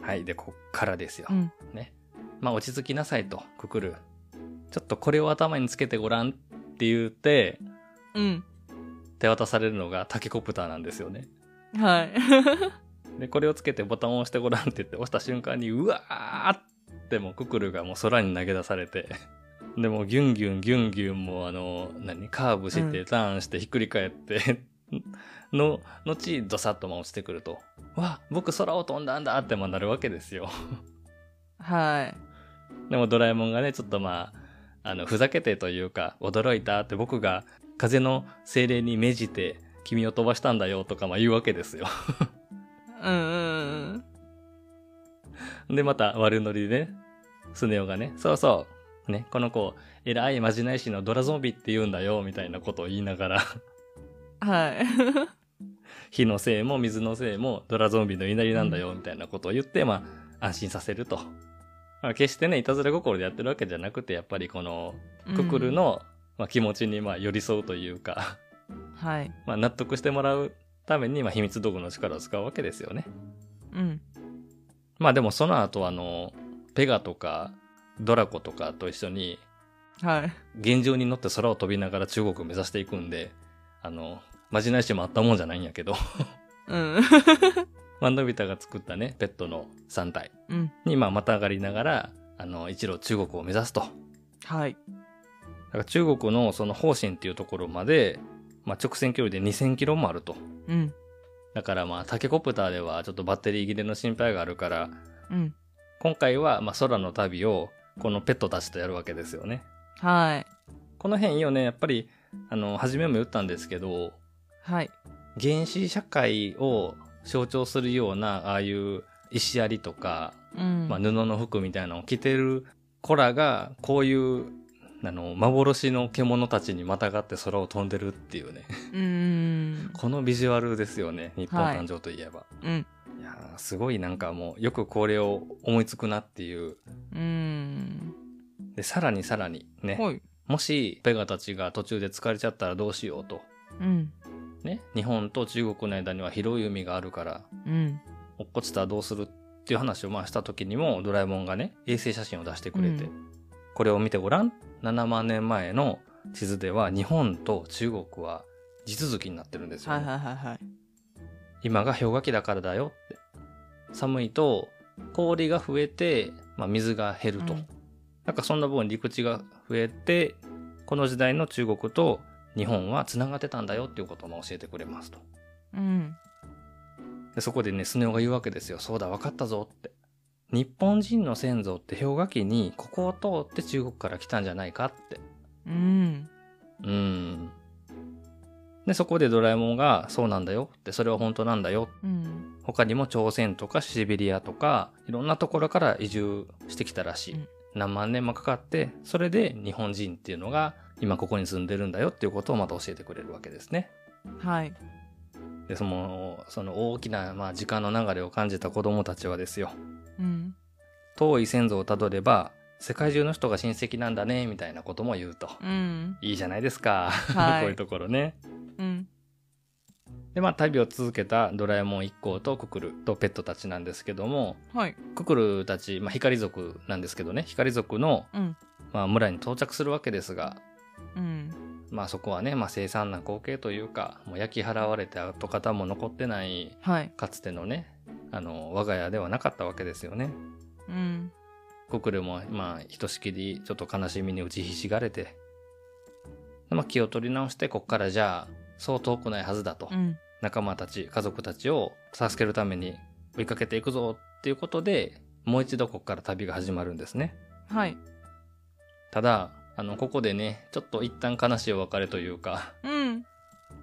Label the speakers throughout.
Speaker 1: はい。で、こっからですよ。
Speaker 2: うん
Speaker 1: ね。まあ、落ち着きなさいと、くくる。ちょっとこれを頭につけてごらんって言って、
Speaker 2: うん
Speaker 1: 手渡されるのがタケコプターなんですよね。
Speaker 2: はい
Speaker 1: で、これをつけてボタンを押してごらんって言って、押した瞬間に、うわーってもうククルがもう空に投げ出されて、 で、もうギュンギュンギュンギュンもうあの、何、カーブし
Speaker 2: う
Speaker 1: て、ターンして、ひっくり返って、 の、後、ドサッとまあ落ちてくると、わ、僕空を飛んだんだってまあなるわけですよ。
Speaker 2: はい
Speaker 1: でもドラえもんがね、ちょっとまあ、あの、ふざけてというか、驚いたって僕が風の精霊に命じて君を飛ばしたんだよとかまあ言うわけですよ。
Speaker 2: うんうんうん
Speaker 1: で、また悪ノリでね、スネ夫がね、そうそう、ね、この子、偉いまじない師のドラゾンビって言うんだよ、みたいなことを言いながら、
Speaker 2: はい
Speaker 1: 火のせいも水のせいもドラゾンビの言いなりなんだよ、みたいなことを言って、まあ、安心させると。まあ、決してね、いたずら心でやってるわけじゃなくて、やっぱりこの、ククルの、まあ、気持ちにまあ寄り添うというか、
Speaker 2: うんはい
Speaker 1: まあ、納得してもらうために、まあ、秘密道具の力を使うわけですよね。
Speaker 2: うん
Speaker 1: まあでもその後あの、ペガとかドラコとかと一緒に、
Speaker 2: はい
Speaker 1: 現状に乗って空を飛びながら中国を目指していくんで、あの、まじないしもあったもんじゃないんやけど、
Speaker 2: うん
Speaker 1: まあのび太が作ったね、ペットの3体
Speaker 2: うん
Speaker 1: に、まあ、またがりながら、あの、一路中国を目指すと。だ
Speaker 2: はい
Speaker 1: から中国のその方針っていうところまで、まあ、直線距離で2000キロもあると。
Speaker 2: うん
Speaker 1: だからまあ、タケコプターではちょっとバッテリー切れの心配があるから、
Speaker 2: うん
Speaker 1: 今回はまあ空の旅をこのペットたちとやるわけですよね。
Speaker 2: はい
Speaker 1: この辺いいよね。やっぱり、あの、初めも言ったんですけど、
Speaker 2: はい
Speaker 1: 原始社会を象徴するようなああいう石槍とか、
Speaker 2: うん
Speaker 1: まあ、布の服みたいなのを着てる子らがこういうあの幻の獣たちにまたがって空を飛んでるっていうね
Speaker 2: うん
Speaker 1: このビジュアルですよね日本誕生といえば、
Speaker 2: うん
Speaker 1: い、やーすごいなんかもうよくこれを思いつくなっていう
Speaker 2: うん
Speaker 1: でさらにさらにね、
Speaker 2: はい
Speaker 1: もしペガたちが途中で疲れちゃったらどうしようと
Speaker 2: うん
Speaker 1: ね日本と中国の間には広い海があるから
Speaker 2: うん
Speaker 1: 落っこちたらどうするっていう話をまあした時にもドラえもんがね衛星写真を出してくれて、
Speaker 2: う
Speaker 1: これを見てごらん7万年前の地図では日本と中国は地続きになってるんですよ、
Speaker 2: は
Speaker 1: ね
Speaker 2: いはいはいはい
Speaker 1: 今が氷河期だからだよって寒いと氷が増えて、まあ、水が減ると、
Speaker 2: うん
Speaker 1: なんかそんな分陸地が増えてこの時代の中国と日本はつながってたんだよっていうことも教えてくれますと
Speaker 2: うん
Speaker 1: でそこでね、スネ夫が言うわけですよ。そうだ、分かったぞって。日本人の先祖って氷河期にここを通って中国から来たんじゃないかって。
Speaker 2: うん
Speaker 1: うーん。で、そこでドラえもんが、そうなんだよって、それは本当なんだよ。
Speaker 2: うん
Speaker 1: 他にも朝鮮とかシベリアとか、いろんなところから移住してきたらしい。
Speaker 2: うん
Speaker 1: 何万年もかかって、それで日本人っていうのが今ここに住んでるんだよっていうことをまた教えてくれるわけですね。
Speaker 2: はい
Speaker 1: で、その、その大きな、まあ、時間の流れを感じた子供たちはですよ。
Speaker 2: うん
Speaker 1: 遠い先祖をたどれば世界中の人が親戚なんだねみたいなことも言うと、
Speaker 2: うん
Speaker 1: いいじゃないですか、
Speaker 2: は い
Speaker 1: こういうところね
Speaker 2: うん
Speaker 1: でまあ旅を続けたドラえもん一行とククルとペットたちなんですけども
Speaker 2: はい
Speaker 1: ククルたち、まあ、光族なんですけどね光族の、
Speaker 2: うん
Speaker 1: まあ、村に到着するわけですが
Speaker 2: うん
Speaker 1: まあそこはね、まあ、凄惨な光景というかもう焼き払われて跡形も残ってない
Speaker 2: はい
Speaker 1: かつてのねあの我が家ではなかったわけですよね
Speaker 2: うん
Speaker 1: コクルも、まあ、ひとしきりちょっと悲しみに打ちひしがれて、でまあ、気を取り直して、こっからじゃあ、そう遠くないはずだと、
Speaker 2: うん
Speaker 1: 仲間たち、家族たちを助けるために追いかけていくぞっていうことで、もう一度こっから旅が始まるんですね。
Speaker 2: はい
Speaker 1: ただ、あの、ここでね、ちょっと一旦悲しいお別れというか、
Speaker 2: うん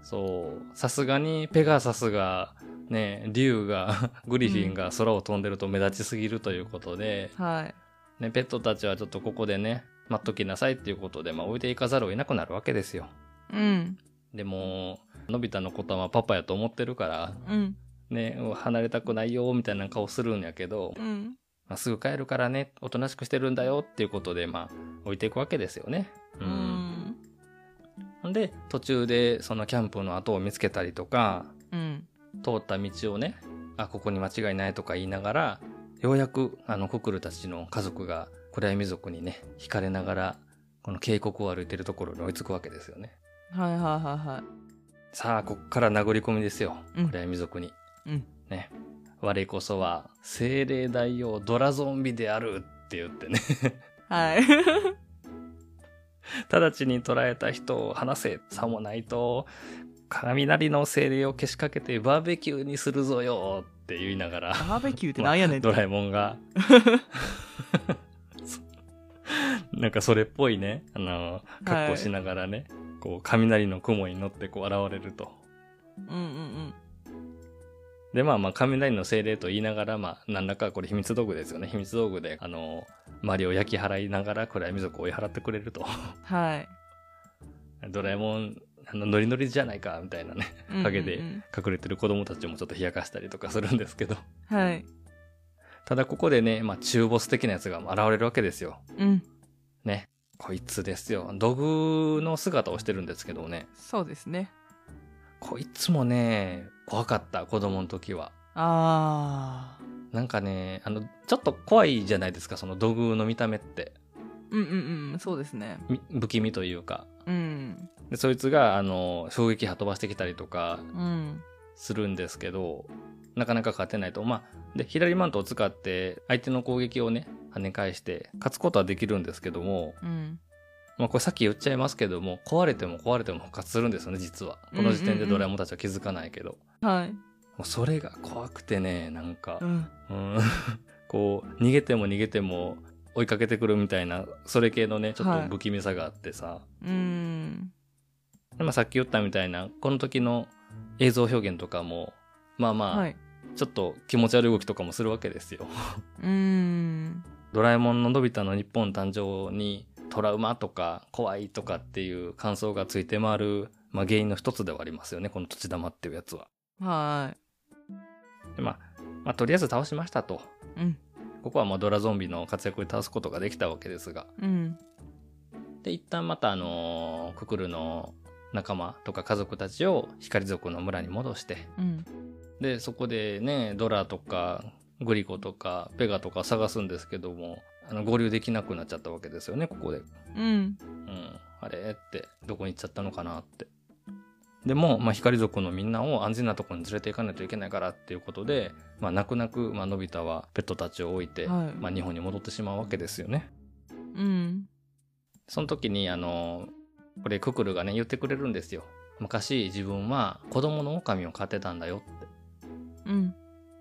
Speaker 1: そう、さすがにペガサスが、ね、竜が、 グリフィンが空を飛んでると目立ちすぎるということで、
Speaker 2: はい
Speaker 1: ね、ペットたちはちょっとここでね、待っときなさいっていうことで、まあ、置いていかざるを得なくなるわけですよ。
Speaker 2: うん
Speaker 1: でも、のび太のことはまあパパやと思ってるから、
Speaker 2: うん
Speaker 1: ね、離れたくないよ、みたいな顔するんやけど、
Speaker 2: うん
Speaker 1: まあ、すぐ帰るからね、おとなしくしてるんだよっていうことで、まあ、置いていくわけですよね。う。
Speaker 2: うんん
Speaker 1: ほんで、途中で、そのキャンプの跡を見つけたりとか、
Speaker 2: うん
Speaker 1: 通った道をね、あ、ここに間違いないとか言いながら、ようやくあのククルたちの家族が暗闇族にね惹かれながらこの渓谷を歩いてるところに追いつくわけですよね
Speaker 2: はいはいはいは
Speaker 1: さあこっから殴り込みですよ
Speaker 2: うん
Speaker 1: 暗闇族に、
Speaker 2: い。うん。
Speaker 1: ね我こそは精霊大王ドラゾンビであるって言ってね
Speaker 2: はい。
Speaker 1: 直ちに捕らえた人を話せさもないと雷の精霊をけしかけてバーベキューにするぞよって言いながら
Speaker 2: バーベキューってなんやねん って。
Speaker 1: ドラえもんがそなんかそれっぽいねあの格好しながらね、こう雷の雲に乗ってこう現れると
Speaker 2: うんうん
Speaker 1: でまあまあ雷の精霊と言いながらまあ何らかこれ秘密道具ですよね秘密道具であの周りを焼き払いながら暗闇族を追い払ってくれると
Speaker 2: うん。はい。
Speaker 1: ドラえもんあのノリノリじゃないかみたいなね
Speaker 2: うんうんうん
Speaker 1: 陰で隠れてる子供たちもちょっと冷やかしたりとかするんですけど
Speaker 2: はい。
Speaker 1: ただここでね、まあ、中ボス的なやつが現れるわけですよ
Speaker 2: うん。
Speaker 1: ね。こいつですよ。土偶の姿をしてるんですけどね。
Speaker 2: そうですね。
Speaker 1: こいつもね、怖かった、子供の時は。
Speaker 2: ああ。
Speaker 1: なんかね、あの、ちょっと怖いじゃないですか、その土偶の見た目って。
Speaker 2: うんうんうん。そうですね。
Speaker 1: み不気味というか。
Speaker 2: うん。
Speaker 1: で、そいつが、あの、衝撃波飛ばしてきたりとか
Speaker 2: うん。
Speaker 1: するんですけど、なかなか勝てないと。まあ、で、左マントを使って、相手の攻撃をね、跳ね返して、勝つことはできるんですけども、
Speaker 2: うん。
Speaker 1: まあ、これさっき言っちゃいますけども壊れても壊れても復活するんですよね実は
Speaker 2: うん
Speaker 1: この時点でドラえもんたちは気づかないけど、
Speaker 2: はい。
Speaker 1: もうそれが怖くてねなんか
Speaker 2: う、ん。
Speaker 1: うん こう逃げても逃げても追いかけてくるみたいなそれ系のねちょっ
Speaker 2: はい
Speaker 1: と不気味さがあってさ、
Speaker 2: うん。
Speaker 1: でまあ、さっき言ったみたいなこの時の映像表現とかもまあまあ、
Speaker 2: はい。
Speaker 1: ちょっと気持ち悪い動きとかもするわけですよ。
Speaker 2: うん。
Speaker 1: ドラえもんののび太の日本誕生にトラウマとか怖いとかっていう感想がついて回る、まあ、原因の一つではありますよねこの土地玉っていうやつは。
Speaker 2: は
Speaker 1: でまあ、まあ、とりあえず倒しましたと。
Speaker 2: い。うん。
Speaker 1: ここはまあドラゾンビの活躍で倒すことができたわけですが。
Speaker 2: うん。
Speaker 1: で一旦またあのーククルの仲間とか家族たちを光族の村に戻して
Speaker 2: うん。
Speaker 1: でそこでねドラとかグリコとかペガとか探すんですけどもあの合流できなくなっちゃったわけですよねここで。
Speaker 2: うん。
Speaker 1: うん、あれってどこに行っちゃったのかなってでも、まあ、光族のみんなを安全なとこに連れて行かないといけないからっていうことで、まあ、泣く泣く、まあのび太はペットたちを置いて、
Speaker 2: はい
Speaker 1: まあ、日本に戻ってしまうわけですよね
Speaker 2: うん。
Speaker 1: その時にあのこれククルがね言ってくれるんですよ昔自分は子供の狼を飼ってたんだよって
Speaker 2: うん。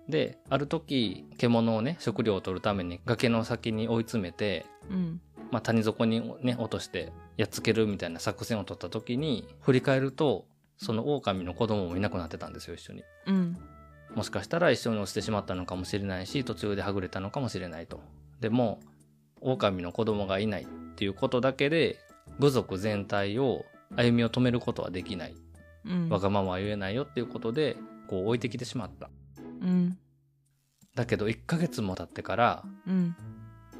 Speaker 1: である時獣をね食料を取るために崖の先に追い詰めて
Speaker 2: うん。
Speaker 1: まあ、谷底にね落としてやっつけるみたいな作戦を取った時に振り返るとその狼の子供もいなくなってたんですよ一緒に
Speaker 2: うん。
Speaker 1: もしかしたら一緒に落ちてしまったのかもしれないし途中ではぐれたのかもしれないとでも狼の子供がいないっていうことだけで部族全体を歩みを止めることはできない
Speaker 2: うん。
Speaker 1: わがままは言えないよっていうことでこう置いてきてしまった
Speaker 2: うん。
Speaker 1: だけど1ヶ月も経ってから
Speaker 2: うん。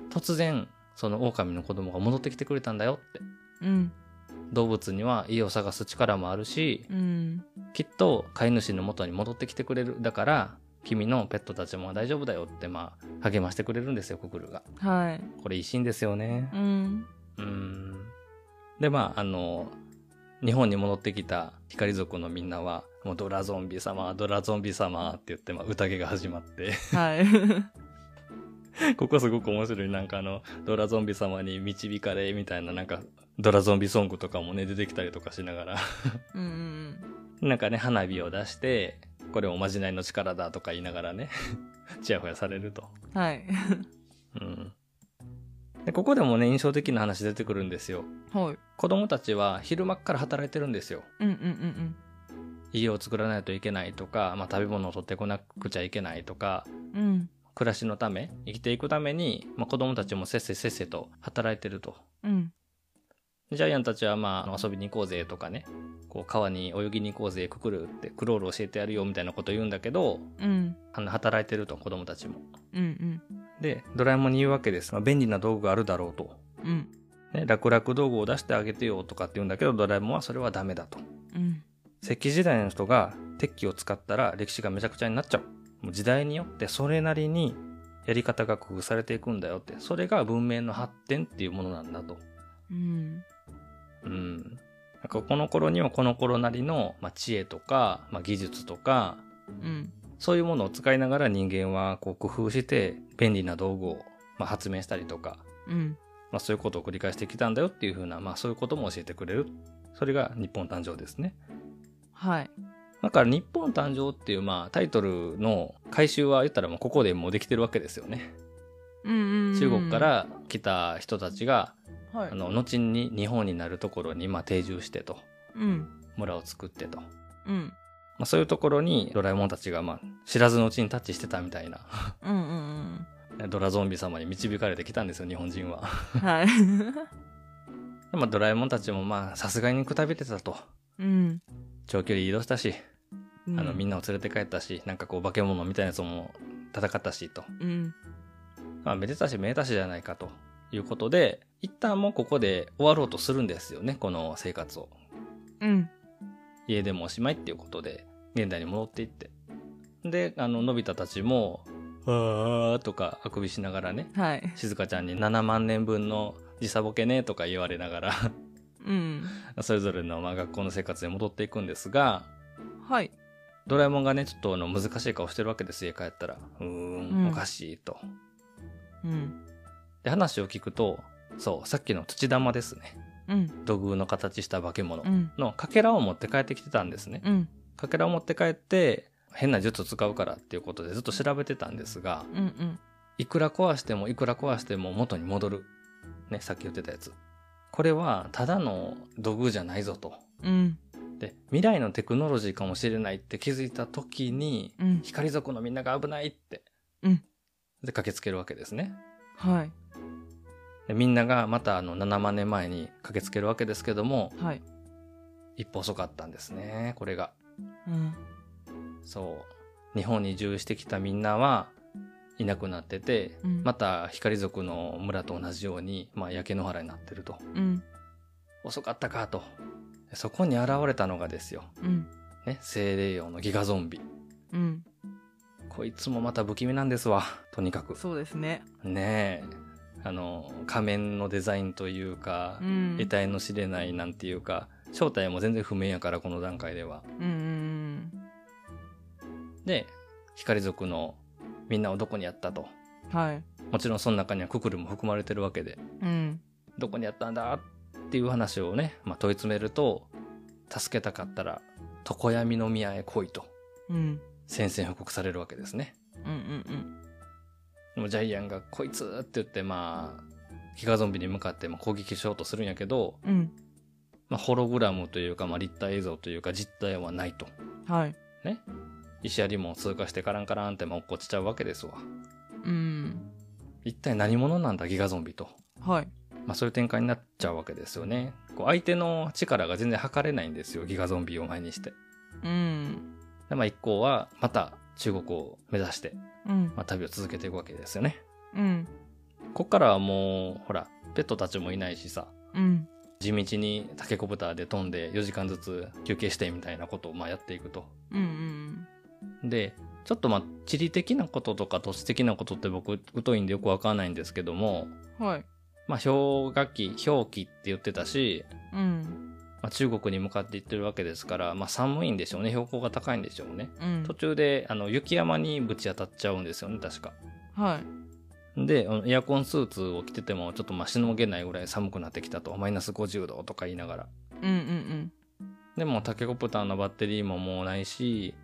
Speaker 1: 突然その狼の子供が戻ってきてくれたんだよって
Speaker 2: うん。
Speaker 1: 動物には家を探す力もあるし
Speaker 2: うん。
Speaker 1: きっと飼い主の元に戻ってきてくれるだから君のペットたちも大丈夫だよってまあ励ましてくれるんですよククルが
Speaker 2: はい。
Speaker 1: これいいシーンですよね
Speaker 2: うん。
Speaker 1: うんでまああの日本に戻ってきた光族のみんなは「もうドラゾンビ様ドラゾンビ様」って言って、まあ、宴が始まって
Speaker 2: はい。
Speaker 1: ここすごく面白いなんかあのドラゾンビ様に導かれみたいななんかドラゾンビソングとかもね出てきたりとかしながら
Speaker 2: うんうん
Speaker 1: なんかね、花火を出して、これおまじないの力だとか言いながらね、 ちやほやされると。
Speaker 2: うん。はい。
Speaker 1: うん。で、ここでもね、印象的な話出てくるんですよ。
Speaker 2: はい。
Speaker 1: 子供たちは昼間っから働いてるんですよ。
Speaker 2: うんうんうん
Speaker 1: 家を作らないといけないとか、まあ、食べ物を取ってこなくちゃいけないとか、
Speaker 2: うん。うん。
Speaker 1: 暮らしのため、生きていくために、まあ、子供たちもせっせせっせと働いてると。
Speaker 2: うん。
Speaker 1: ジャイアンたちはまああの遊びに行こうぜとかね、こう川に泳ぎに行こうぜ、くくるって、クロール教えてやるよみたいなこと言うんだけど、
Speaker 2: うん。
Speaker 1: あの働いてると子供たちも。
Speaker 2: うん
Speaker 1: でドラえもんに言うわけです、まあ、便利な道具があるだろうと、
Speaker 2: うん。うん。
Speaker 1: ね、楽々道具を出してあげてよとかって言うんだけどドラえもんはそれはダメだと
Speaker 2: うん。
Speaker 1: 石器時代の人が鉄器を使ったら歴史がめちゃくちゃになっちゃうもう時代によってそれなりにやり方が工夫されていくんだよってそれが文明の発展っていうものなんだと。
Speaker 2: うん
Speaker 1: うん、なんかこの頃にはこの頃なりの、まあ、知恵とか、まあ、技術とか
Speaker 2: うん
Speaker 1: そういうものを使いながら人間はこう工夫して便利な道具を、まあ、発明したりとか、
Speaker 2: うん
Speaker 1: まあ、そういうことを繰り返してきたんだよっていうふうな、まあ、そういうことも教えてくれるそれが日本誕生ですね。
Speaker 2: はい
Speaker 1: だから日本誕生っていう、まあ、タイトルの回収は言ったらもうここでもうできてるわけですよね。
Speaker 2: うんうんうん
Speaker 1: 中国から来た人たちが、
Speaker 2: はい
Speaker 1: あの後に日本になるところにまあ定住してと
Speaker 2: うん
Speaker 1: 村を作ってと、ま
Speaker 2: うん
Speaker 1: あ、そういうところにドラえもんたちがまあ知らずのうちにタッチしてたみたいな
Speaker 2: うんうん
Speaker 1: ドラゾンビ様に導かれてきたんですよ日本人は。
Speaker 2: うんはい
Speaker 1: でまあドラえもんたちもまあさすがにくたびれてたと
Speaker 2: うん
Speaker 1: 長距離移動したし、あのみん
Speaker 2: な
Speaker 1: なを連れて帰ったしなんかこう化け物みたいなやつも戦ったしと。
Speaker 2: うん
Speaker 1: まあ、めでたしめでたしじゃないかということで、一旦もうここで終わろうとするんですよね、この生活を。
Speaker 2: うん
Speaker 1: 家でもおしまいっていうことで、現代に戻っていって。で、あの、のび太たちも、あーとかあくびしながらね、
Speaker 2: はい
Speaker 1: 静香ちゃんに7万年分の時差ボケねとか言われながら、
Speaker 2: うん
Speaker 1: それぞれのまあ学校の生活に戻っていくんですが、
Speaker 2: はい
Speaker 1: ドラえもんがね、ちょっとあの難しい顔してるわけです、家帰ったら。うー、
Speaker 2: うんん
Speaker 1: おかしいと。
Speaker 2: うん
Speaker 1: で、話を聞くと、そう、さっきの土玉ですね。
Speaker 2: うん
Speaker 1: 土偶の形した化け物
Speaker 2: うん
Speaker 1: のかけらを持って帰ってきてたんですね。
Speaker 2: うん
Speaker 1: かけらを持って帰って変な術使うからっていうことでずっと調べてたんですが、
Speaker 2: うんうん
Speaker 1: いくら壊してもいくら壊しても元に戻る。ね、さっき言ってたやつ。これはただの土偶じゃないぞと。
Speaker 2: うん
Speaker 1: で、未来のテクノロジーかもしれないって気づいた時に、
Speaker 2: うん
Speaker 1: 光族のみんなが危ないって。
Speaker 2: うん
Speaker 1: で、駆けつけるわけですね。
Speaker 2: はい
Speaker 1: でみんながまたあの7万年前に駆けつけるわけですけども、
Speaker 2: はい
Speaker 1: 一歩遅かったんですね、これが。
Speaker 2: うん
Speaker 1: そう。日本に移住してきたみんなはいなくなってて、
Speaker 2: うん
Speaker 1: また光族の村と同じように、まあ、焼け野原になってると。
Speaker 2: うん
Speaker 1: 遅かったかと。そこに現れたのがですよ。
Speaker 2: うん
Speaker 1: ね、精霊王のギガゾンビ。
Speaker 2: うん
Speaker 1: こいつもまた不気味なんですわ。とにかく。
Speaker 2: そうですね
Speaker 1: ねえ。あの、仮面のデザインというか
Speaker 2: う、ん
Speaker 1: 得体の知れないなんていうか、正体も全然不明やから、この段階では。
Speaker 2: うんうん
Speaker 1: で、光族のみんなをどこにやったと。
Speaker 2: うんはい
Speaker 1: もちろんその中にはククルも含まれてるわけで、
Speaker 2: うん
Speaker 1: どこにやったんだっていう話をね、まあ、問い詰めると、助けたかったら、常闇の宮へ来いと、
Speaker 2: うん
Speaker 1: 宣戦布告されるわけですね。
Speaker 2: うんうん
Speaker 1: でもジャイアンが、こいつって言って、まあ、ギガゾンビに向かってまあ攻撃しようとするんやけど、
Speaker 2: うんうん
Speaker 1: まあ、ホログラムというか、まあ、立体映像というか、実体はないと。
Speaker 2: はい
Speaker 1: 石槍も通過してカランカランって、まあ、落っこちちゃうわけですわ。
Speaker 2: うん
Speaker 1: 一体何者なんだ、ギガゾンビと。
Speaker 2: はい
Speaker 1: まあ、そういう展開になっちゃうわけですよね。こう相手の力が全然測れないんですよ、ギガゾンビを前にして。
Speaker 2: うん
Speaker 1: で、まあ、一行はまた中国を目指して、
Speaker 2: うん
Speaker 1: まあ、旅を続けていくわけですよね。
Speaker 2: うん
Speaker 1: こっからはもう、ほら、ペットたちもいないしさ、
Speaker 2: うん
Speaker 1: 地道にタケコプターで飛んで4時間ずつ休憩してみたいなことをまあやっていくと。
Speaker 2: うんうん
Speaker 1: で、ちょっとまあ、地理的なこととか都市的なことって僕、疎いんでよくわかんないんですけども、
Speaker 2: はい
Speaker 1: まあ、氷河期、氷期って言ってたし、
Speaker 2: うん
Speaker 1: まあ、中国に向かっていってるわけですから、まあ、寒いんでしょうね標高が高いんでしょうね
Speaker 2: うん
Speaker 1: 途中であの雪山にぶち当たっちゃうんですよね確か
Speaker 2: はい
Speaker 1: であのエアコンスーツを着ててもちょっとまあしのげないぐらい寒くなってきたとマイナス50度とか言いながら
Speaker 2: うんうん
Speaker 1: でもタケコプターのバッテリーももうないし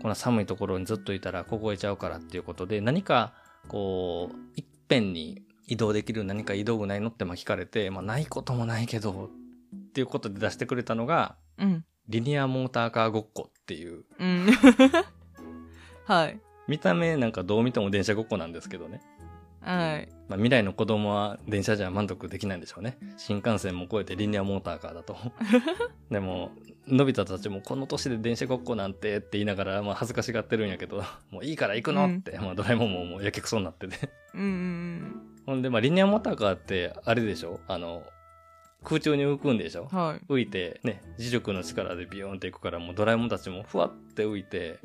Speaker 1: こんな寒いところにずっといたら凍えちゃうからっていうことで何かこういっぺんに移動できる何か移動具ないのってまあ聞かれて、まあ、ないこともないけどっていうことで出してくれたのが
Speaker 2: うんうん
Speaker 1: リニアモーターカーごっこっていう、
Speaker 2: うん はい
Speaker 1: 見た目なんかどう見ても電車ごっこなんですけどね。
Speaker 2: はい
Speaker 1: まあ、未来の子供は電車じゃ満足できないんでしょうね。新幹線も超えてリニアモーターカーだと。でも、のび太たちもこの年で電車ごっこなんてって言いながら、まあ恥ずかしがってるんやけど、もういいから行くのって、まあドラえもんももうやけくそになってて。
Speaker 2: うんうん
Speaker 1: ほんで、まあリニアモーターカーってあれでしょあの、空中に浮くんでしょ
Speaker 2: うんはい
Speaker 1: 浮いてね磁力の力でビヨーンっていくからもうドラえもんたちもふわって浮いて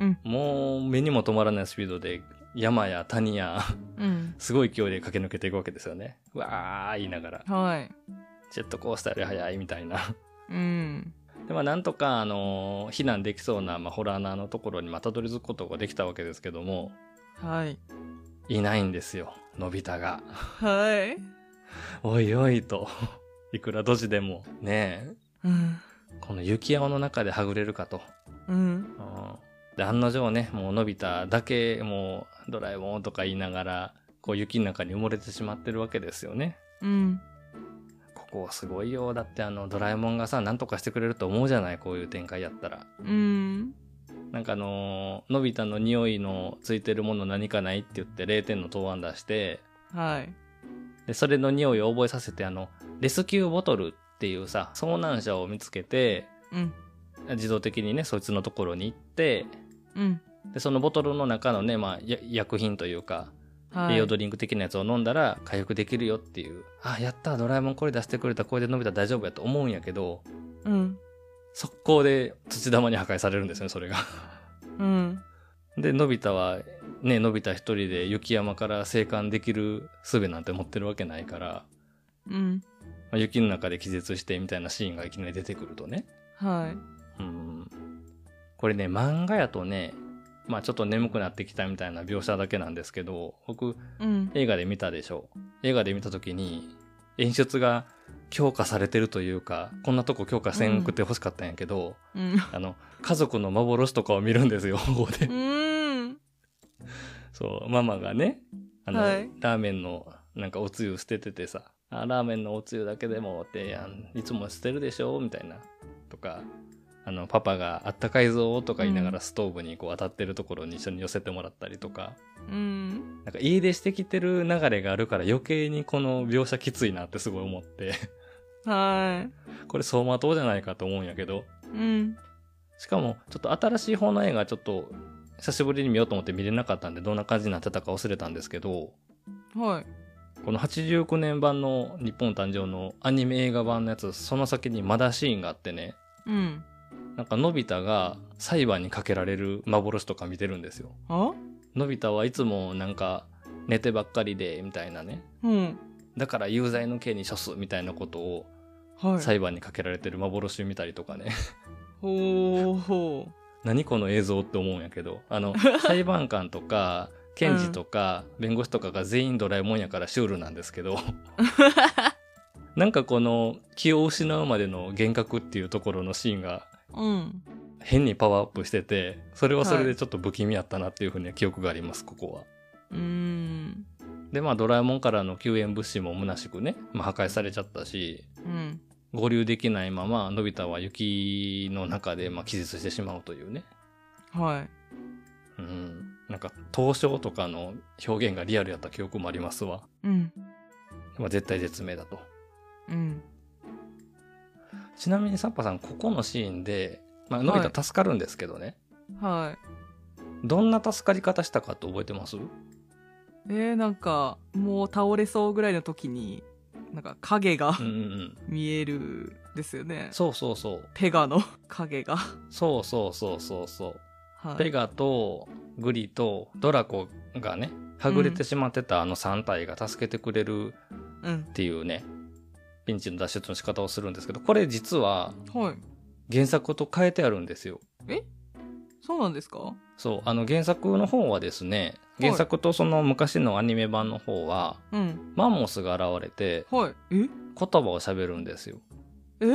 Speaker 2: うん
Speaker 1: もう目にも止まらないスピードで山や谷や
Speaker 2: うん
Speaker 1: すごい勢いで駆け抜けていくわけですよね。うわー言いながら
Speaker 2: はい
Speaker 1: ジェットコースターより速いみたいな。
Speaker 2: うん
Speaker 1: でまあなんとか、あのー避難できそうな、まあ、ホラー穴のところにまあたどり着くことができたわけですけども
Speaker 2: はい
Speaker 1: いないんですよのび太が。
Speaker 2: はい
Speaker 1: おいおいと いくらドジでもね
Speaker 2: うん
Speaker 1: えこの雪山の中ではぐれるかと。
Speaker 2: うん
Speaker 1: うんで案の定ねもうのび太だけもうドラえもんとか言いながらこう雪の中に埋もれてしまってるわけですよね。
Speaker 2: うん
Speaker 1: ここはすごいよだってあのドラえもんがさ何とかしてくれると思うじゃないこういう展開やったら。
Speaker 2: うん
Speaker 1: なんかあのーのび太の匂いのついてるもの何かないって言って0点の答案出して
Speaker 2: はい
Speaker 1: でそれの匂いを覚えさせてあのレスキューボトルっていうさ遭難者を見つけて
Speaker 2: うん
Speaker 1: 自動的にねそいつのところに行って
Speaker 2: うん
Speaker 1: でそのボトルの中のね、まあ、や薬品というか
Speaker 2: はい
Speaker 1: 栄養ドリンク的なやつを飲んだら回復できるよっていうあやったドラえもんこれ出してくれたこれでのび太大丈夫やと思うんやけど
Speaker 2: うん
Speaker 1: 速攻で土玉に破壊されるんですよねそれが。
Speaker 2: うん
Speaker 1: でのび太はねのび太一人で雪山から生還できる術なんて持ってるわけないから、
Speaker 2: うん
Speaker 1: まあ雪の中で気絶してみたいなシーンがいきなり出てくるとね
Speaker 2: はい
Speaker 1: うんこれね漫画やとねまあちょっと眠くなってきたみたいな描写だけなんですけど僕
Speaker 2: うん
Speaker 1: 映画で見たでしょ映画で見た時に演出が強化されてるというかこんなとこ強化せんくて欲しかったんやけど、
Speaker 2: うん
Speaker 1: あの家族の幻とかを見るんですよここで
Speaker 2: うん
Speaker 1: そう、ママがね、あの、
Speaker 2: はい
Speaker 1: ラーメンの、なんかおつゆ捨てててさ、あ、ラーメンのおつゆだけでもって、あのいつも捨てるでしょみたいな。とか、あの、パパがあったかいぞとか言いなが
Speaker 2: う
Speaker 1: らストーブにこう当たってるところに一緒に寄せてもらったりとか、
Speaker 2: うん
Speaker 1: なんか家出してきてる流れがあるから余計にこの描写きついなってすごい思って、
Speaker 2: は
Speaker 1: これ走馬灯じゃないかと思うんやけど、
Speaker 2: いうん
Speaker 1: しかもちょっと新しい方の映画ちょっと久しぶりに見ようと思って見れなかったんでどんな感じになってたか忘れたんですけど、
Speaker 2: はい
Speaker 1: この89年版の日本誕生のアニメ映画版のやつその先にまだシーンがあってね
Speaker 2: うん
Speaker 1: なんかのび太が裁判にかけられる幻とか見てるんですよ
Speaker 2: あ
Speaker 1: のび太はいつもなんか寝てばっかりでみたいなね
Speaker 2: うん
Speaker 1: だから有罪の刑に処すみたいなことを
Speaker 2: はい
Speaker 1: 裁判にかけられてる幻を見たりとかね
Speaker 2: ほうほ
Speaker 1: 何この映像って思うんやけどあの裁判官とか検事とか弁護士とかが全員ドラえもんやからシュールなんですけどなんかこの気を失うまでの幻覚っていうところのシーンが
Speaker 2: ううん
Speaker 1: 変にパワーアップしててそれはそれでちょっと不気味やったなっていうふうには記憶がありますここ
Speaker 2: うーん
Speaker 1: は。でまあドラえもんからの救援物資も虚しくね、まあ、破壊されちゃったし
Speaker 2: うん
Speaker 1: 合流できないままのび太は雪の中でまあ気絶してしまうというね、
Speaker 2: はい
Speaker 1: うん、なんか凍傷とかの表現がリアルやった記憶もありますわ。
Speaker 2: うん
Speaker 1: まあ、絶対絶命だと。
Speaker 2: うん
Speaker 1: ちなみにサッパさんここのシーンで、まあのび太助かるんですけどね、
Speaker 2: はい
Speaker 1: どんな助かり方したかって覚えてます
Speaker 2: えー、なんかもう倒れそうぐらいの時になんか影が
Speaker 1: うんうんうん。
Speaker 2: 見えるですよね
Speaker 1: そうそうそう。
Speaker 2: ペガの影が
Speaker 1: そうそうそうそうそう。
Speaker 2: はい
Speaker 1: ペガとグリとドラコがね、はぐれてしまってたあの3体が助けてくれる
Speaker 2: うん
Speaker 1: っていうね、ピンチの脱出の仕方をするんですけど、これ実は
Speaker 2: はい
Speaker 1: 原作と変えてあるんですよ。
Speaker 2: そうなんですか
Speaker 1: そう、あの原作の方はですね、原作とその昔のアニメ版の方は、
Speaker 2: うん
Speaker 1: マンモスが現れて
Speaker 2: はいえ
Speaker 1: 言葉を喋るんですよ。
Speaker 2: え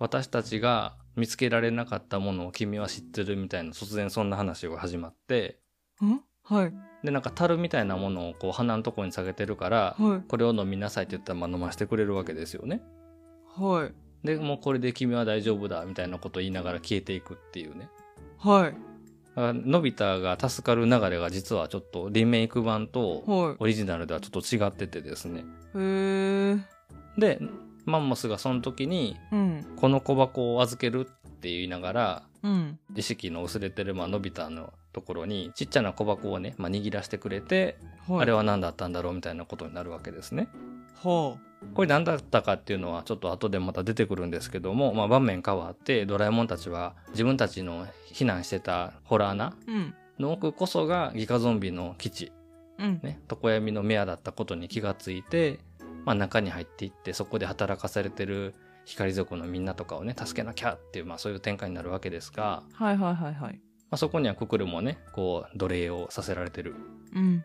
Speaker 1: 私たちが見つけられなかったものを君は知ってるみたいな突然そんな話が始まって
Speaker 2: んはい
Speaker 1: でなんか樽みたいなものをこう鼻のとこに下げてるから、
Speaker 2: はい
Speaker 1: これを飲みなさいって言ったらまあ飲ませてくれるわけですよね。
Speaker 2: はい
Speaker 1: でもうこれで君は大丈夫だみたいなことを言いながら消えていくっていうね。
Speaker 2: は
Speaker 1: だ
Speaker 2: い
Speaker 1: からのび太が助かる流れが実はちょっとリメイク版と
Speaker 2: は
Speaker 1: オリジナルではちょっと違っててですね。
Speaker 2: いへえ
Speaker 1: でマンモスがその時に
Speaker 2: うん
Speaker 1: この小箱を預けるって言いながら
Speaker 2: うん
Speaker 1: 意識の薄れてる、まあのび太のところにちっちゃな小箱をね、まあ、握らせてくれて、
Speaker 2: はい
Speaker 1: あれは何だったんだろうみたいなことになるわけですね。
Speaker 2: ほ
Speaker 1: これ何だったかっていうのはちょっと後でまた出てくるんですけども、まあ、場面変わってドラえもんたちは自分たちの避難してたホラー穴
Speaker 2: う。うん。
Speaker 1: の奥こそがギカゾンビの基地、
Speaker 2: うん。
Speaker 1: ね、常闇の宮だったことに気がついて、まあ、中に入っていってそこで働かされてる光族のみんなとかをね助けなきゃっていう、まあ、そういう展開になるわけですが、
Speaker 2: はいはいはいはい。
Speaker 1: まあ、そこにはククルもねこう奴隷をさせられてる
Speaker 2: うん。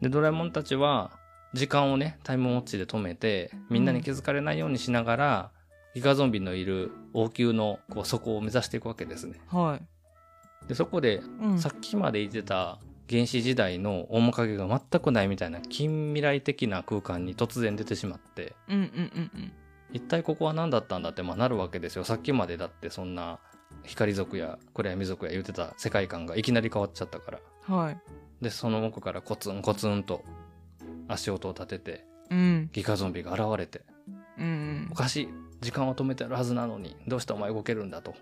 Speaker 1: でドラえもんたちは時間をねタイムウォッチで止めてみんなに気づかれないようにしながら、ギガゾンビのいる王宮のこう底を目指していくわけですね
Speaker 2: はい。
Speaker 1: でそこで
Speaker 2: うん。
Speaker 1: さっきまで言ってた原始時代の面影が全くないみたいな近未来的な空間に突然出てしまって
Speaker 2: うんうんうん
Speaker 1: 一体ここは何だったんだってまあなるわけですよさっきまでだってそんな光族や暗闇族や言ってた世界観がいきなり変わっちゃったから
Speaker 2: うん。はい。
Speaker 1: でその奥からコツンコツンと足音を立てて
Speaker 2: うん。
Speaker 1: ギガゾンビが現れて
Speaker 2: うんうん
Speaker 1: お。かしい時間を止めてあるはずなのにどうしてお前動けるんだと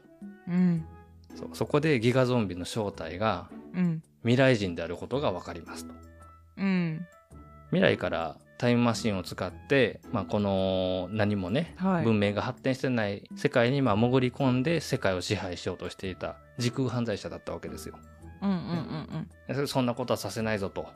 Speaker 2: うん。
Speaker 1: そうそこでギガゾンビの正体が
Speaker 2: うん。
Speaker 1: 未来人であることが分かりますと
Speaker 2: うん。
Speaker 1: 未来からタイムマシンを使って、まあ、この何もね、
Speaker 2: はい。
Speaker 1: 文明が発展してない世界にまあ潜り込んで世界を支配しようとしていた時空犯罪者だったわけですよ。
Speaker 2: うんうんうん
Speaker 1: でそれそんなことはさせないぞと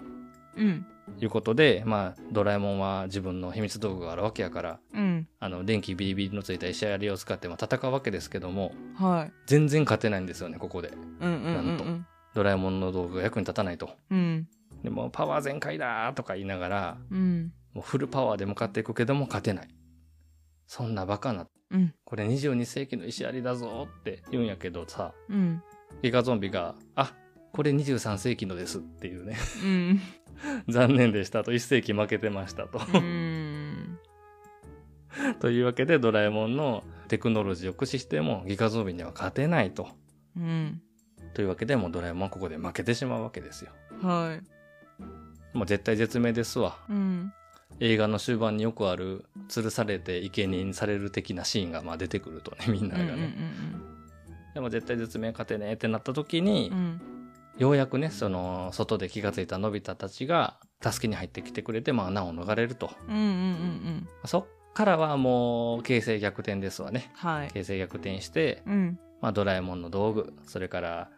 Speaker 2: うん。うん。
Speaker 1: いうことで、まあ、ドラえもんは自分の秘密道具があるわけやから
Speaker 2: うん。
Speaker 1: あの電気ビリビリのついた石槍を使ってまあ戦うわけですけども
Speaker 2: はい。
Speaker 1: 全然勝てないんですよねここで
Speaker 2: うんうんうん
Speaker 1: なんと
Speaker 2: うん。
Speaker 1: ドラえもんの道具が役に立たないと。
Speaker 2: うん。
Speaker 1: でもうパワー全開だーとか言いながら
Speaker 2: うん。
Speaker 1: もうフルパワーで向かっていくけども勝てない。そんなバカな
Speaker 2: うん。
Speaker 1: これ22世紀の石槍だぞって言うんやけどさ
Speaker 2: うん。
Speaker 1: ギガゾンビが「あこれ23世紀のです」っていうね
Speaker 2: うん。
Speaker 1: 残念でしたと1世紀負けてましたと、
Speaker 2: うん。
Speaker 1: というわけでドラえもんのテクノロジーを駆使してもギガゾンビには勝てないと
Speaker 2: うん。
Speaker 1: というわけでもうドラえもんはここで負けてしまうわけですよ
Speaker 2: は
Speaker 1: もう絶対絶命ですわ
Speaker 2: い。うん。
Speaker 1: 映画の終盤によくある吊るされて生贄にされる的なシーンがまあ出てくるとねみんな
Speaker 2: うんうん
Speaker 1: がね、でも絶対絶命勝てねえってなった時に、
Speaker 2: うんうん。
Speaker 1: ようやくねその外で気がついたのび太たちが助けに入ってきてくれて、まあ、難を逃れると
Speaker 2: うんうんうん。
Speaker 1: そっからはもう形勢逆転ですわね
Speaker 2: はい。
Speaker 1: 形勢逆転して、
Speaker 2: うん。
Speaker 1: まあ、ドラえもんの道具それから、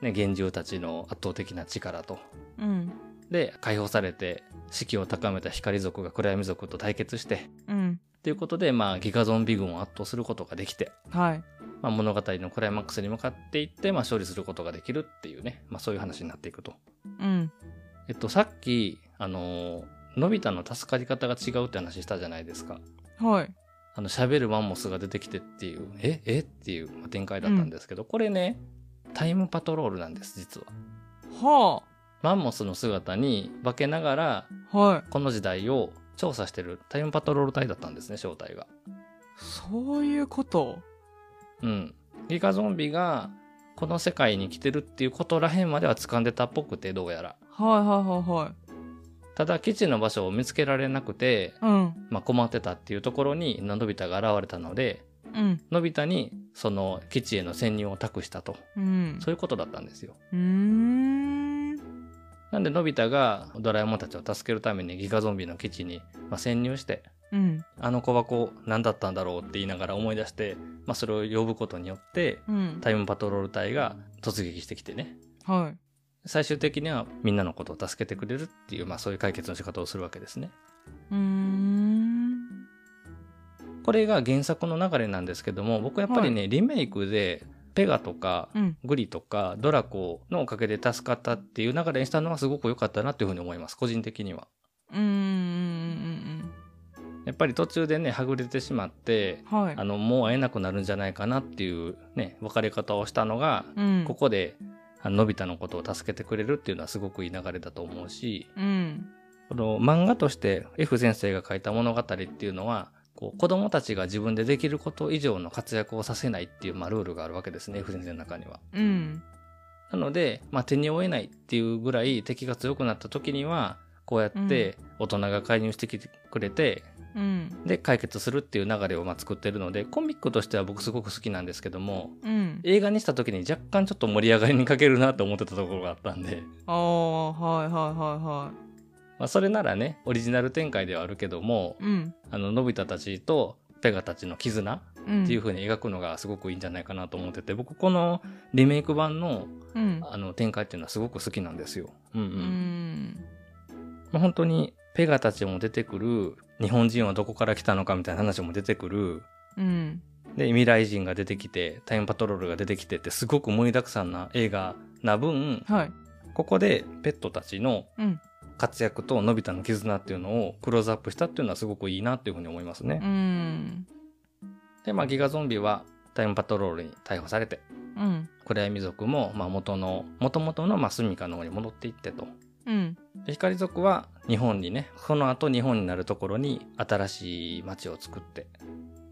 Speaker 1: ね、幻獣たちの圧倒的な力と
Speaker 2: うん。
Speaker 1: で解放されて士気を高めた光族が暗闇族と対決して
Speaker 2: うん。
Speaker 1: ということで、まあ、ギガゾンビ軍を圧倒することができて、
Speaker 2: はい。
Speaker 1: まあ、物語のクライマックスに向かっていって、まあ、勝利することができるっていうね、まあ、そういう話になっていくと。
Speaker 2: うん。
Speaker 1: えっと、さっき、あのーのび太の助かり方が違うって話したじゃないですか。
Speaker 2: はい。
Speaker 1: あの、喋るマンモスが出てきてっていう、ええっていうまあ展開だったんですけど、これね、タイムパトロールなんです、実は。
Speaker 2: は
Speaker 1: マンモスの姿に化けながら、
Speaker 2: あ。はい。
Speaker 1: この時代を調査してるタイムパトロール隊だったんですね、正体が。
Speaker 2: そういうこと
Speaker 1: うん。ギガゾンビが、この世界に来てるっていうことらへんまでは掴んでたっぽくて、どうやら。
Speaker 2: はいは
Speaker 1: ただ、基地の場所を見つけられなくて、
Speaker 2: いはいはい。うん。
Speaker 1: まあ、困ってたっていうところにのび太が現れたので
Speaker 2: うん。
Speaker 1: のび太にその基地への潜入を託したと
Speaker 2: うん。
Speaker 1: そういうことだったんですよ
Speaker 2: うーん。
Speaker 1: なんでのび太がドラえもんたちを助けるためにギガゾンビの基地に、まあ、潜入して
Speaker 2: うん。
Speaker 1: あの小箱何だったんだろうって言いながら思い出して、まあ、それを呼ぶことによって
Speaker 2: うん。
Speaker 1: タイムパトロール隊が突撃してきてね
Speaker 2: はい。
Speaker 1: 最終的にはみんなのことを助けてくれるっていう、まあ、そういう解決の仕方をするわけですね
Speaker 2: うーん。
Speaker 1: これが原作の流れなんですけども僕やっぱりね、リメイクでペガとか
Speaker 2: うん。
Speaker 1: グリとかドラコのおかげで助かったっていう流れにしたのはすごく良かったなっていうふうに思います個人的には
Speaker 2: うーん。
Speaker 1: やっぱり途中でねはぐれてしまって
Speaker 2: はい
Speaker 1: あ。のもう会えなくなるんじゃないかなっていうね別れ方をしたのが、
Speaker 2: うん。
Speaker 1: ここであののび太のことを助けてくれるっていうのはすごくいい流れだと思うし
Speaker 2: うん。
Speaker 1: この漫画として F 先生が書いた物語っていうのはこう子供たちが自分でできること以上の活躍をさせないっていう、まあ、ルールがあるわけですね F 先生の中には。
Speaker 2: うん。
Speaker 1: なので、まあ、手に負えないっていうぐらい敵が強くなった時にはこうやって大人が介入してきてくれて、
Speaker 2: うん。
Speaker 1: で解決するっていう流れをまあ作ってるのでコミックとしては僕すごく好きなんですけども
Speaker 2: うん。
Speaker 1: 映画にした時に若干ちょっと盛り上がりに欠けるなと思ってたところがあったんで
Speaker 2: ああ、はいはいはいは
Speaker 1: まあ、それならね、オリジナル展開ではあるけども、
Speaker 2: うん
Speaker 1: あの、のび太たちとペガたちの絆っ
Speaker 2: うん
Speaker 1: ていう風に描くのがすごくいいんじゃないかなと思ってて、僕このリメイク版の
Speaker 2: うん
Speaker 1: あの展開っていうのはすごく好きなんですよ。うんうん。
Speaker 2: うん
Speaker 1: まあ本当にペガたちも出てくる、日本人はどこから来たのかみたいな話も出てくる、
Speaker 2: うん
Speaker 1: で、未来人が出てきて、タイムパトロールが出てきてってすごく盛りだくさんな映画な分、
Speaker 2: はい
Speaker 1: ここでペットたちの
Speaker 2: うん
Speaker 1: 活躍とのび太の絆っていうのをクローズアップしたっていうのはすごくいいなっていうふうに思いますね
Speaker 2: う。ん
Speaker 1: で、まあギガゾンビはタイムパトロールに逮捕されて、
Speaker 2: うん
Speaker 1: 暗闇族も、まあ、元の、元々の、まあ、住処の方に戻っていってと。
Speaker 2: うん
Speaker 1: で、光族は日本にね、その後日本になるところに新しい町を作って、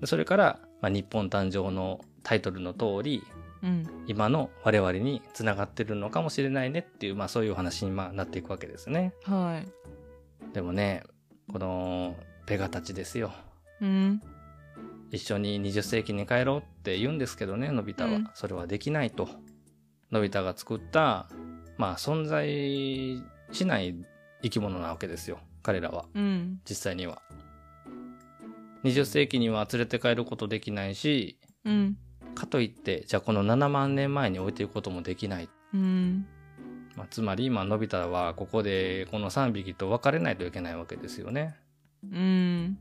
Speaker 1: でそれから、まあ、日本誕生のタイトルの通り、
Speaker 2: うん
Speaker 1: 今の我々に繋がってるのかもしれないねっていう、まあそういうお話にまあなっていくわけですね。
Speaker 2: はい
Speaker 1: でもね、このペガたちですよ。
Speaker 2: うん
Speaker 1: 一緒に20世紀に帰ろうって言うんですけどね、のび太は。
Speaker 2: うん
Speaker 1: それはできないと。のび太が作った、まあ存在しない生き物なわけですよ。彼らは、
Speaker 2: うん
Speaker 1: 実際には。20世紀には連れて帰ることできないし、
Speaker 2: うん
Speaker 1: かといって、じゃあこの7万年前に置いていくこともできない。
Speaker 2: うん
Speaker 1: まあ、つまり今、のび太はここでこの3匹と別れないといけないわけですよね。
Speaker 2: うん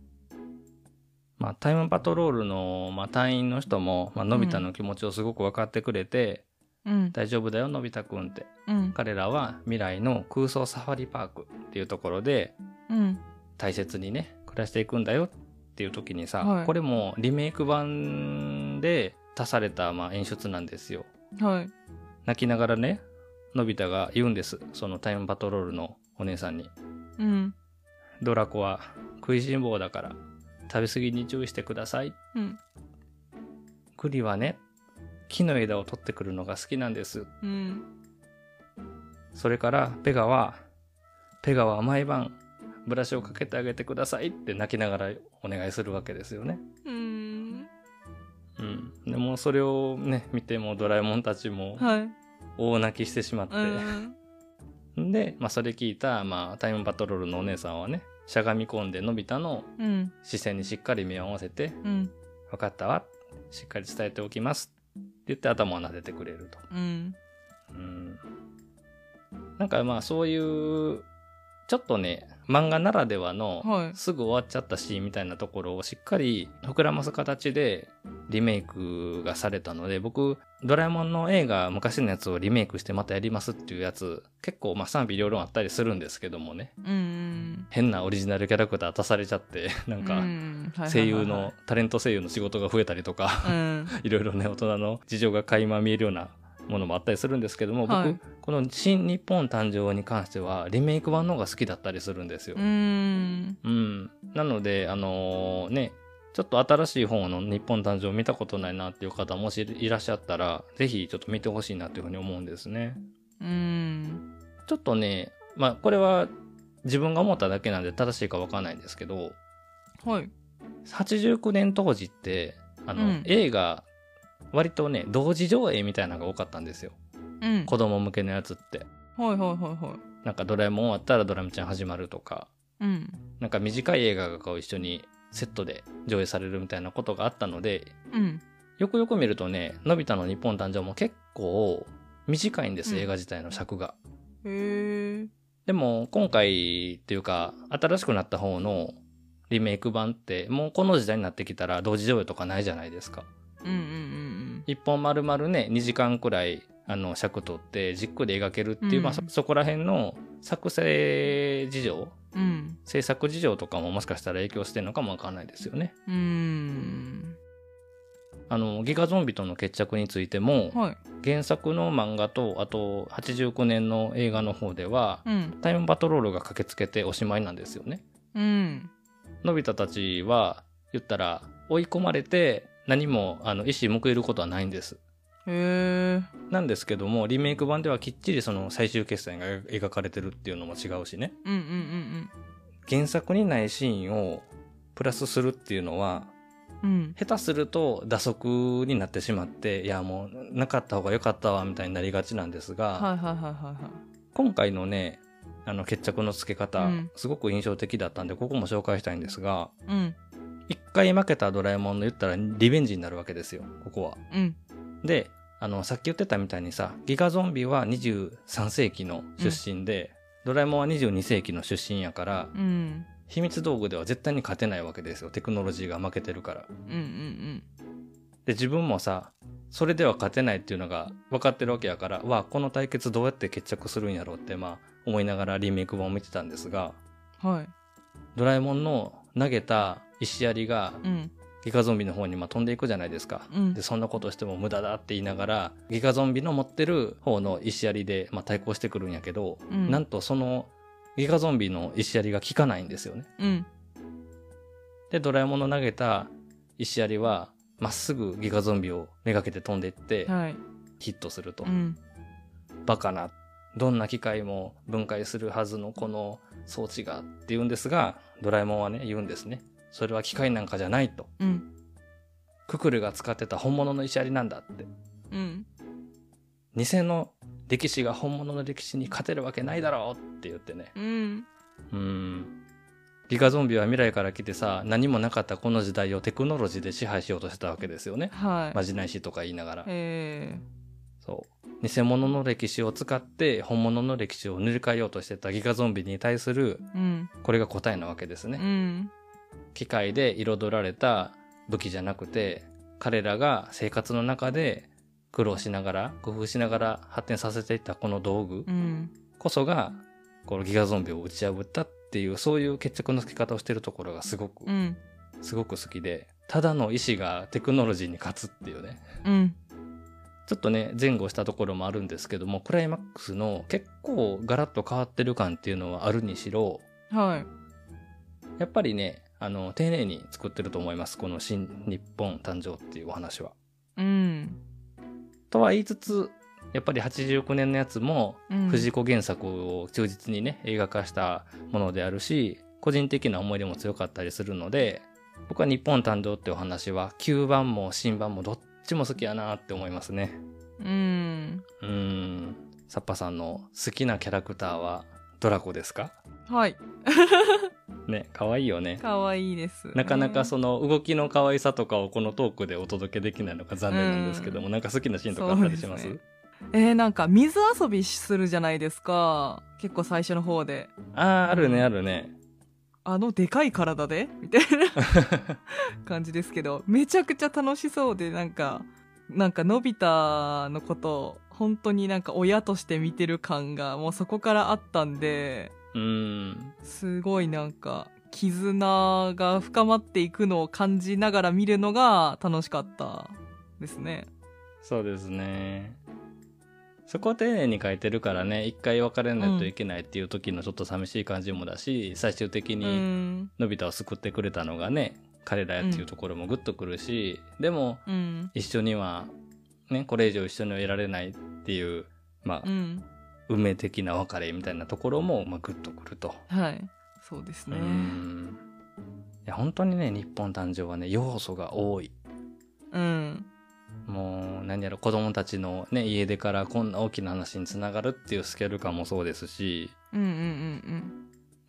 Speaker 1: まあ、タイムパトロールの、まあ、隊員の人も、まあのび太の気持ちをすごく分かってくれて、
Speaker 2: うん
Speaker 1: 大丈夫だよ、のび太くんって。
Speaker 2: うん
Speaker 1: 彼らは未来の空想サファリパークっていうところで
Speaker 2: うん
Speaker 1: 大切にね、暮らしていくんだよっていう時にさ、
Speaker 2: はい
Speaker 1: これもリメイク版で足された、まあ、演出なんですよ。
Speaker 2: はい
Speaker 1: 泣きながらね、のび太が言うんです。そのタイムパトロールのお姉さんに。
Speaker 2: うん
Speaker 1: ドラコは食いしん坊だから食べ過ぎに注意してください。
Speaker 2: うん
Speaker 1: グリはね、木の枝を取ってくるのが好きなんです。
Speaker 2: うん
Speaker 1: それからペガは、ペガは毎晩ブラシをかけてあげてくださいって泣きながらお願いするわけですよね。
Speaker 2: うん
Speaker 1: うん。でもうそれをね、見てもドラえもんたちも
Speaker 2: はい
Speaker 1: 大泣きしてしまって。
Speaker 2: うん
Speaker 1: で、まあそれ聞いた、まあタイムパトロールのお姉さんはね、しゃがみ込んでのび太の
Speaker 2: うん
Speaker 1: 視線にしっかり目を合わせて、
Speaker 2: うん
Speaker 1: 分かったわしっかり伝えておきますって言って頭を撫でてくれると
Speaker 2: うん
Speaker 1: うんなんかまあそういうちょっとね漫画ならではの
Speaker 2: はい
Speaker 1: すぐ終わっちゃったシーンみたいなところをしっかり膨らます形でリメイクがされたので僕ドラえもんの映画昔のやつをリメイクしてまたやりますっていうやつ結構まあ賛否両論あったりするんですけどもね
Speaker 2: うん
Speaker 1: 変なオリジナルキャラクター足されちゃってなん
Speaker 2: う
Speaker 1: か
Speaker 2: んはいはいはいはい
Speaker 1: 声優のタレント声優の仕事が増えたりとか
Speaker 2: うん
Speaker 1: いろいろね、大人の事情が垣間見えるようなものもあったりするんですけども、僕、
Speaker 2: はい
Speaker 1: この新日本誕生に関しては、リメイク版の方が好きだったりするんですよ。
Speaker 2: うーん
Speaker 1: うんなので、あのーね、ちょっと新しい方の日本誕生を見たことないなっていう方、もしいらっしゃったら、ぜひちょっと見てほしいなというふうに思うんですね。
Speaker 2: うーん
Speaker 1: ちょっとね、まあ、これは自分が思っただけなんで正しいかわかんないんですけど、
Speaker 2: はい
Speaker 1: 89年当時って、あの、
Speaker 2: うん
Speaker 1: 映画、割とね、同時上映みたいなのが多かったんですよ。
Speaker 2: うん
Speaker 1: 子供向けのやつって
Speaker 2: はいはいはいはい
Speaker 1: なんか「ドラえもん終わったらドラえもんちゃん始まる」とか
Speaker 2: うん
Speaker 1: なんか短い映画がこう一緒にセットで上映されるみたいなことがあったので
Speaker 2: うん
Speaker 1: よくよく見るとね「のび太の日本誕生」も結構短いんです
Speaker 2: うん
Speaker 1: 映画自体の尺が。
Speaker 2: へえ
Speaker 1: でも今回っていうか新しくなった方のリメイク版ってもうこの時代になってきたら同時上映とかないじゃないですか。
Speaker 2: うんうん
Speaker 1: 一本丸々ね2時間くらいあの尺取ってじっくり描けるっていう、
Speaker 2: うん
Speaker 1: まあ、そそこら辺の作成事情
Speaker 2: うんうん
Speaker 1: 制作事情とかももしかしたら影響してるのかもわかんないですよね。
Speaker 2: うーん
Speaker 1: あのギガゾンビとの決着についても、
Speaker 2: はい
Speaker 1: 原作の漫画とあと89年の映画の方では、
Speaker 2: うん
Speaker 1: タイムパトロールが駆けつけておしまいなんですよね。
Speaker 2: うん
Speaker 1: のび太たちは言ったら追い込まれて何もあの意思報いることはないんです。
Speaker 2: へえ
Speaker 1: なんですけどもリメイク版ではきっちりその最終決戦が描かれてるっていうのも違うしね
Speaker 2: うんうんうん
Speaker 1: 原作にないシーンをプラスするっていうのは
Speaker 2: うんうん
Speaker 1: 下手すると打足になってしまっていやもうなかった方が良かったわみたいになりがちなんですが、
Speaker 2: はいはいはいはいはい
Speaker 1: 今回のねあの決着のつけ方、
Speaker 2: うん
Speaker 1: すごく印象的だったんでここも紹介したいんですが
Speaker 2: うん
Speaker 1: 一回負けたドラえもんの言ったらリベンジになるわけですよここは。
Speaker 2: うん
Speaker 1: であのさっき言ってたみたいにさギガゾンビは23世紀の出身で、ドラえもんは22世紀の出身やから、
Speaker 2: うん
Speaker 1: 秘密道具では絶対に勝てないわけですよテクノロジーが負けてるから。
Speaker 2: うんうん
Speaker 1: で自分もさそれでは勝てないっていうのが分かってるわけやからわあこの対決どうやって決着するんやろうってまあ思いながらリメイク版を見てたんですが
Speaker 2: うんはい
Speaker 1: ドラえもんの投げた石槍が
Speaker 2: うん
Speaker 1: ギガゾンビの方にまあ飛んでいくじゃないですか。
Speaker 2: うん
Speaker 1: でそんなことしても無駄だって言いながらギガゾンビの持ってる方の石槍でまあ対抗してくるんやけど、
Speaker 2: うん
Speaker 1: なんとそのギガゾンビの石槍が効かないんですよね。
Speaker 2: うん
Speaker 1: でドラえもんの投げた石槍はまっすぐギガゾンビをめがけて飛んでいって
Speaker 2: はい
Speaker 1: ヒットすると、
Speaker 2: うん
Speaker 1: バカなどんな機械も分解するはずのこの装置がって言うんですがドラえもんはね言うんですねそれは機械なんかじゃないと
Speaker 2: うん
Speaker 1: ククルが使ってた本物の石槍なんだって
Speaker 2: うん
Speaker 1: 偽の歴史が本物の歴史に勝てるわけないだろうって言ってね
Speaker 2: うん
Speaker 1: うーんギガゾンビは未来から来てさ何もなかったこの時代をテクノロジーで支配しようとしてたわけですよね
Speaker 2: はい
Speaker 1: まじないしとか言いながら
Speaker 2: え
Speaker 1: そう偽物の歴史を使って本物の歴史を塗り替えようとしてたギガゾンビに対する
Speaker 2: ーうん
Speaker 1: これが答えなわけです
Speaker 2: う
Speaker 1: ね、
Speaker 2: ん
Speaker 1: 機械で彩られた武器じゃなくて彼らが生活の中で苦労しながら工夫しながら発展させていったこの道具
Speaker 2: うん
Speaker 1: こそがこのギガゾンビを打ち破ったっていうそういう決着のつけ方をしてるところがすごく
Speaker 2: うん
Speaker 1: すごく好きでただの意志がテクノロジーに勝つっていうね
Speaker 2: うん
Speaker 1: ちょっとね前後したところもあるんですけどもクライマックスの結構ガラッと変わってる感っていうのはあるにしろ
Speaker 2: はい
Speaker 1: やっぱりねあの丁寧に作ってると思いますこの「新日本誕生」っていうお話は。
Speaker 2: うん
Speaker 1: とは言いつつやっぱり89年のやつも
Speaker 2: うん
Speaker 1: 藤子原作を忠実にね映画化したものであるし個人的な思い出も強かったりするので僕は「日本誕生」ってお話は旧版も新版もどっちも好きやなって思いますね。
Speaker 2: うん
Speaker 1: うーん。サッパさんの好きなキャラクターはドラコですか
Speaker 2: はい
Speaker 1: ね、可愛いよね。
Speaker 2: 可愛いです
Speaker 1: なかなかその動きの可愛さとかをこのトークでお届けできないのが残念なんですけども、なんか好きなシーンとかあったりします
Speaker 2: そううでえー、なんか水遊びするじゃないですか結構最初の方で
Speaker 1: あー、あるね、ある ね。
Speaker 2: あのでかい体でみたいな感じですけどめちゃくちゃ楽しそうでなんかなんかのび太のことを本当になんか親として見てる感がもうそこからあったんで
Speaker 1: うーん。
Speaker 2: すごいなんか絆が深まっていくのを感じながら見るのが楽しかったですね。
Speaker 1: そうですね。そこは丁寧に書いてるからね、一回別れないといけないっていう時のちょっと寂しい感じもだし、最終的
Speaker 2: う
Speaker 1: に
Speaker 2: ん、
Speaker 1: のび太を救ってくれたのがね、彼らやっていうところもグッとくるし、でも、
Speaker 2: うん、
Speaker 1: 一緒には、ね、これ以上一緒にはいられないっていう、まあ
Speaker 2: う、ん、
Speaker 1: 運命的な別れみたいなところも、まあ、グッとくると。
Speaker 2: はい、そうです
Speaker 1: う
Speaker 2: ね。
Speaker 1: ん。いや、本当にね、日本誕生はね、要素が多い。
Speaker 2: うん、
Speaker 1: もう、何やろ、子供たちのね、家出からこんな大きな話につながるっていうスケール感もそうですし、
Speaker 2: うん、うん、うん、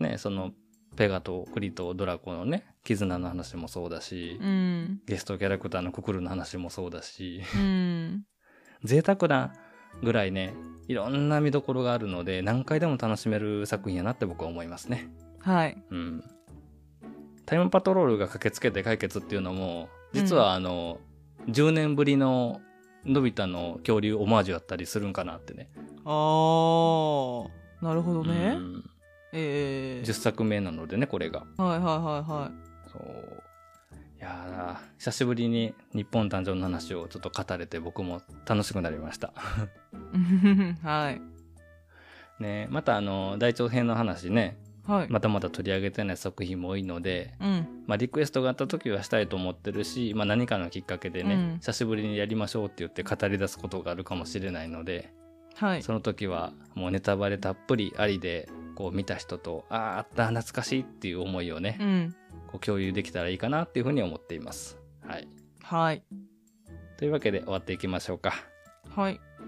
Speaker 1: ね、その、ペガとクリとドラコのね、絆の話もそうだし、
Speaker 2: うん、
Speaker 1: ゲストキャラクターのククルの話もそうだし、
Speaker 2: うん、
Speaker 1: 贅沢なぐらいねいろんな見どころがあるので何回でも楽しめる作品やなって僕は思いますね
Speaker 2: はい、
Speaker 1: うんタイムパトロールが駆けつけて解決っていうのも実はあの、10年ぶりののび太の恐竜オマージュやったりするんかなってね
Speaker 2: あーなるほどね、
Speaker 1: うん
Speaker 2: え
Speaker 1: 10
Speaker 2: え
Speaker 1: 作目なのでねこれが
Speaker 2: はいはいはいは
Speaker 1: そういやー久しぶりに日本誕生の話をちょっと語れて僕も楽しくなりました
Speaker 2: いはい
Speaker 1: ねまたあの大長編の話ね
Speaker 2: はい、
Speaker 1: まだまだ取り上げてない作品も多いので、
Speaker 2: うん
Speaker 1: まあ、リクエストがあった時はしたいと思ってるし、まあ、何かのきっかけでね、
Speaker 2: うん
Speaker 1: 久しぶりにやりましょうって言って語り出すことがあるかもしれないので、
Speaker 2: はい
Speaker 1: その時はもうネタバレたっぷりありでこう見た人とあああった懐かしいっていう思いをね、
Speaker 2: うん
Speaker 1: こう共有できたらいいかなっていうふうに思っています。はい、
Speaker 2: はい
Speaker 1: というわけで終わっていきましょうか。
Speaker 2: はい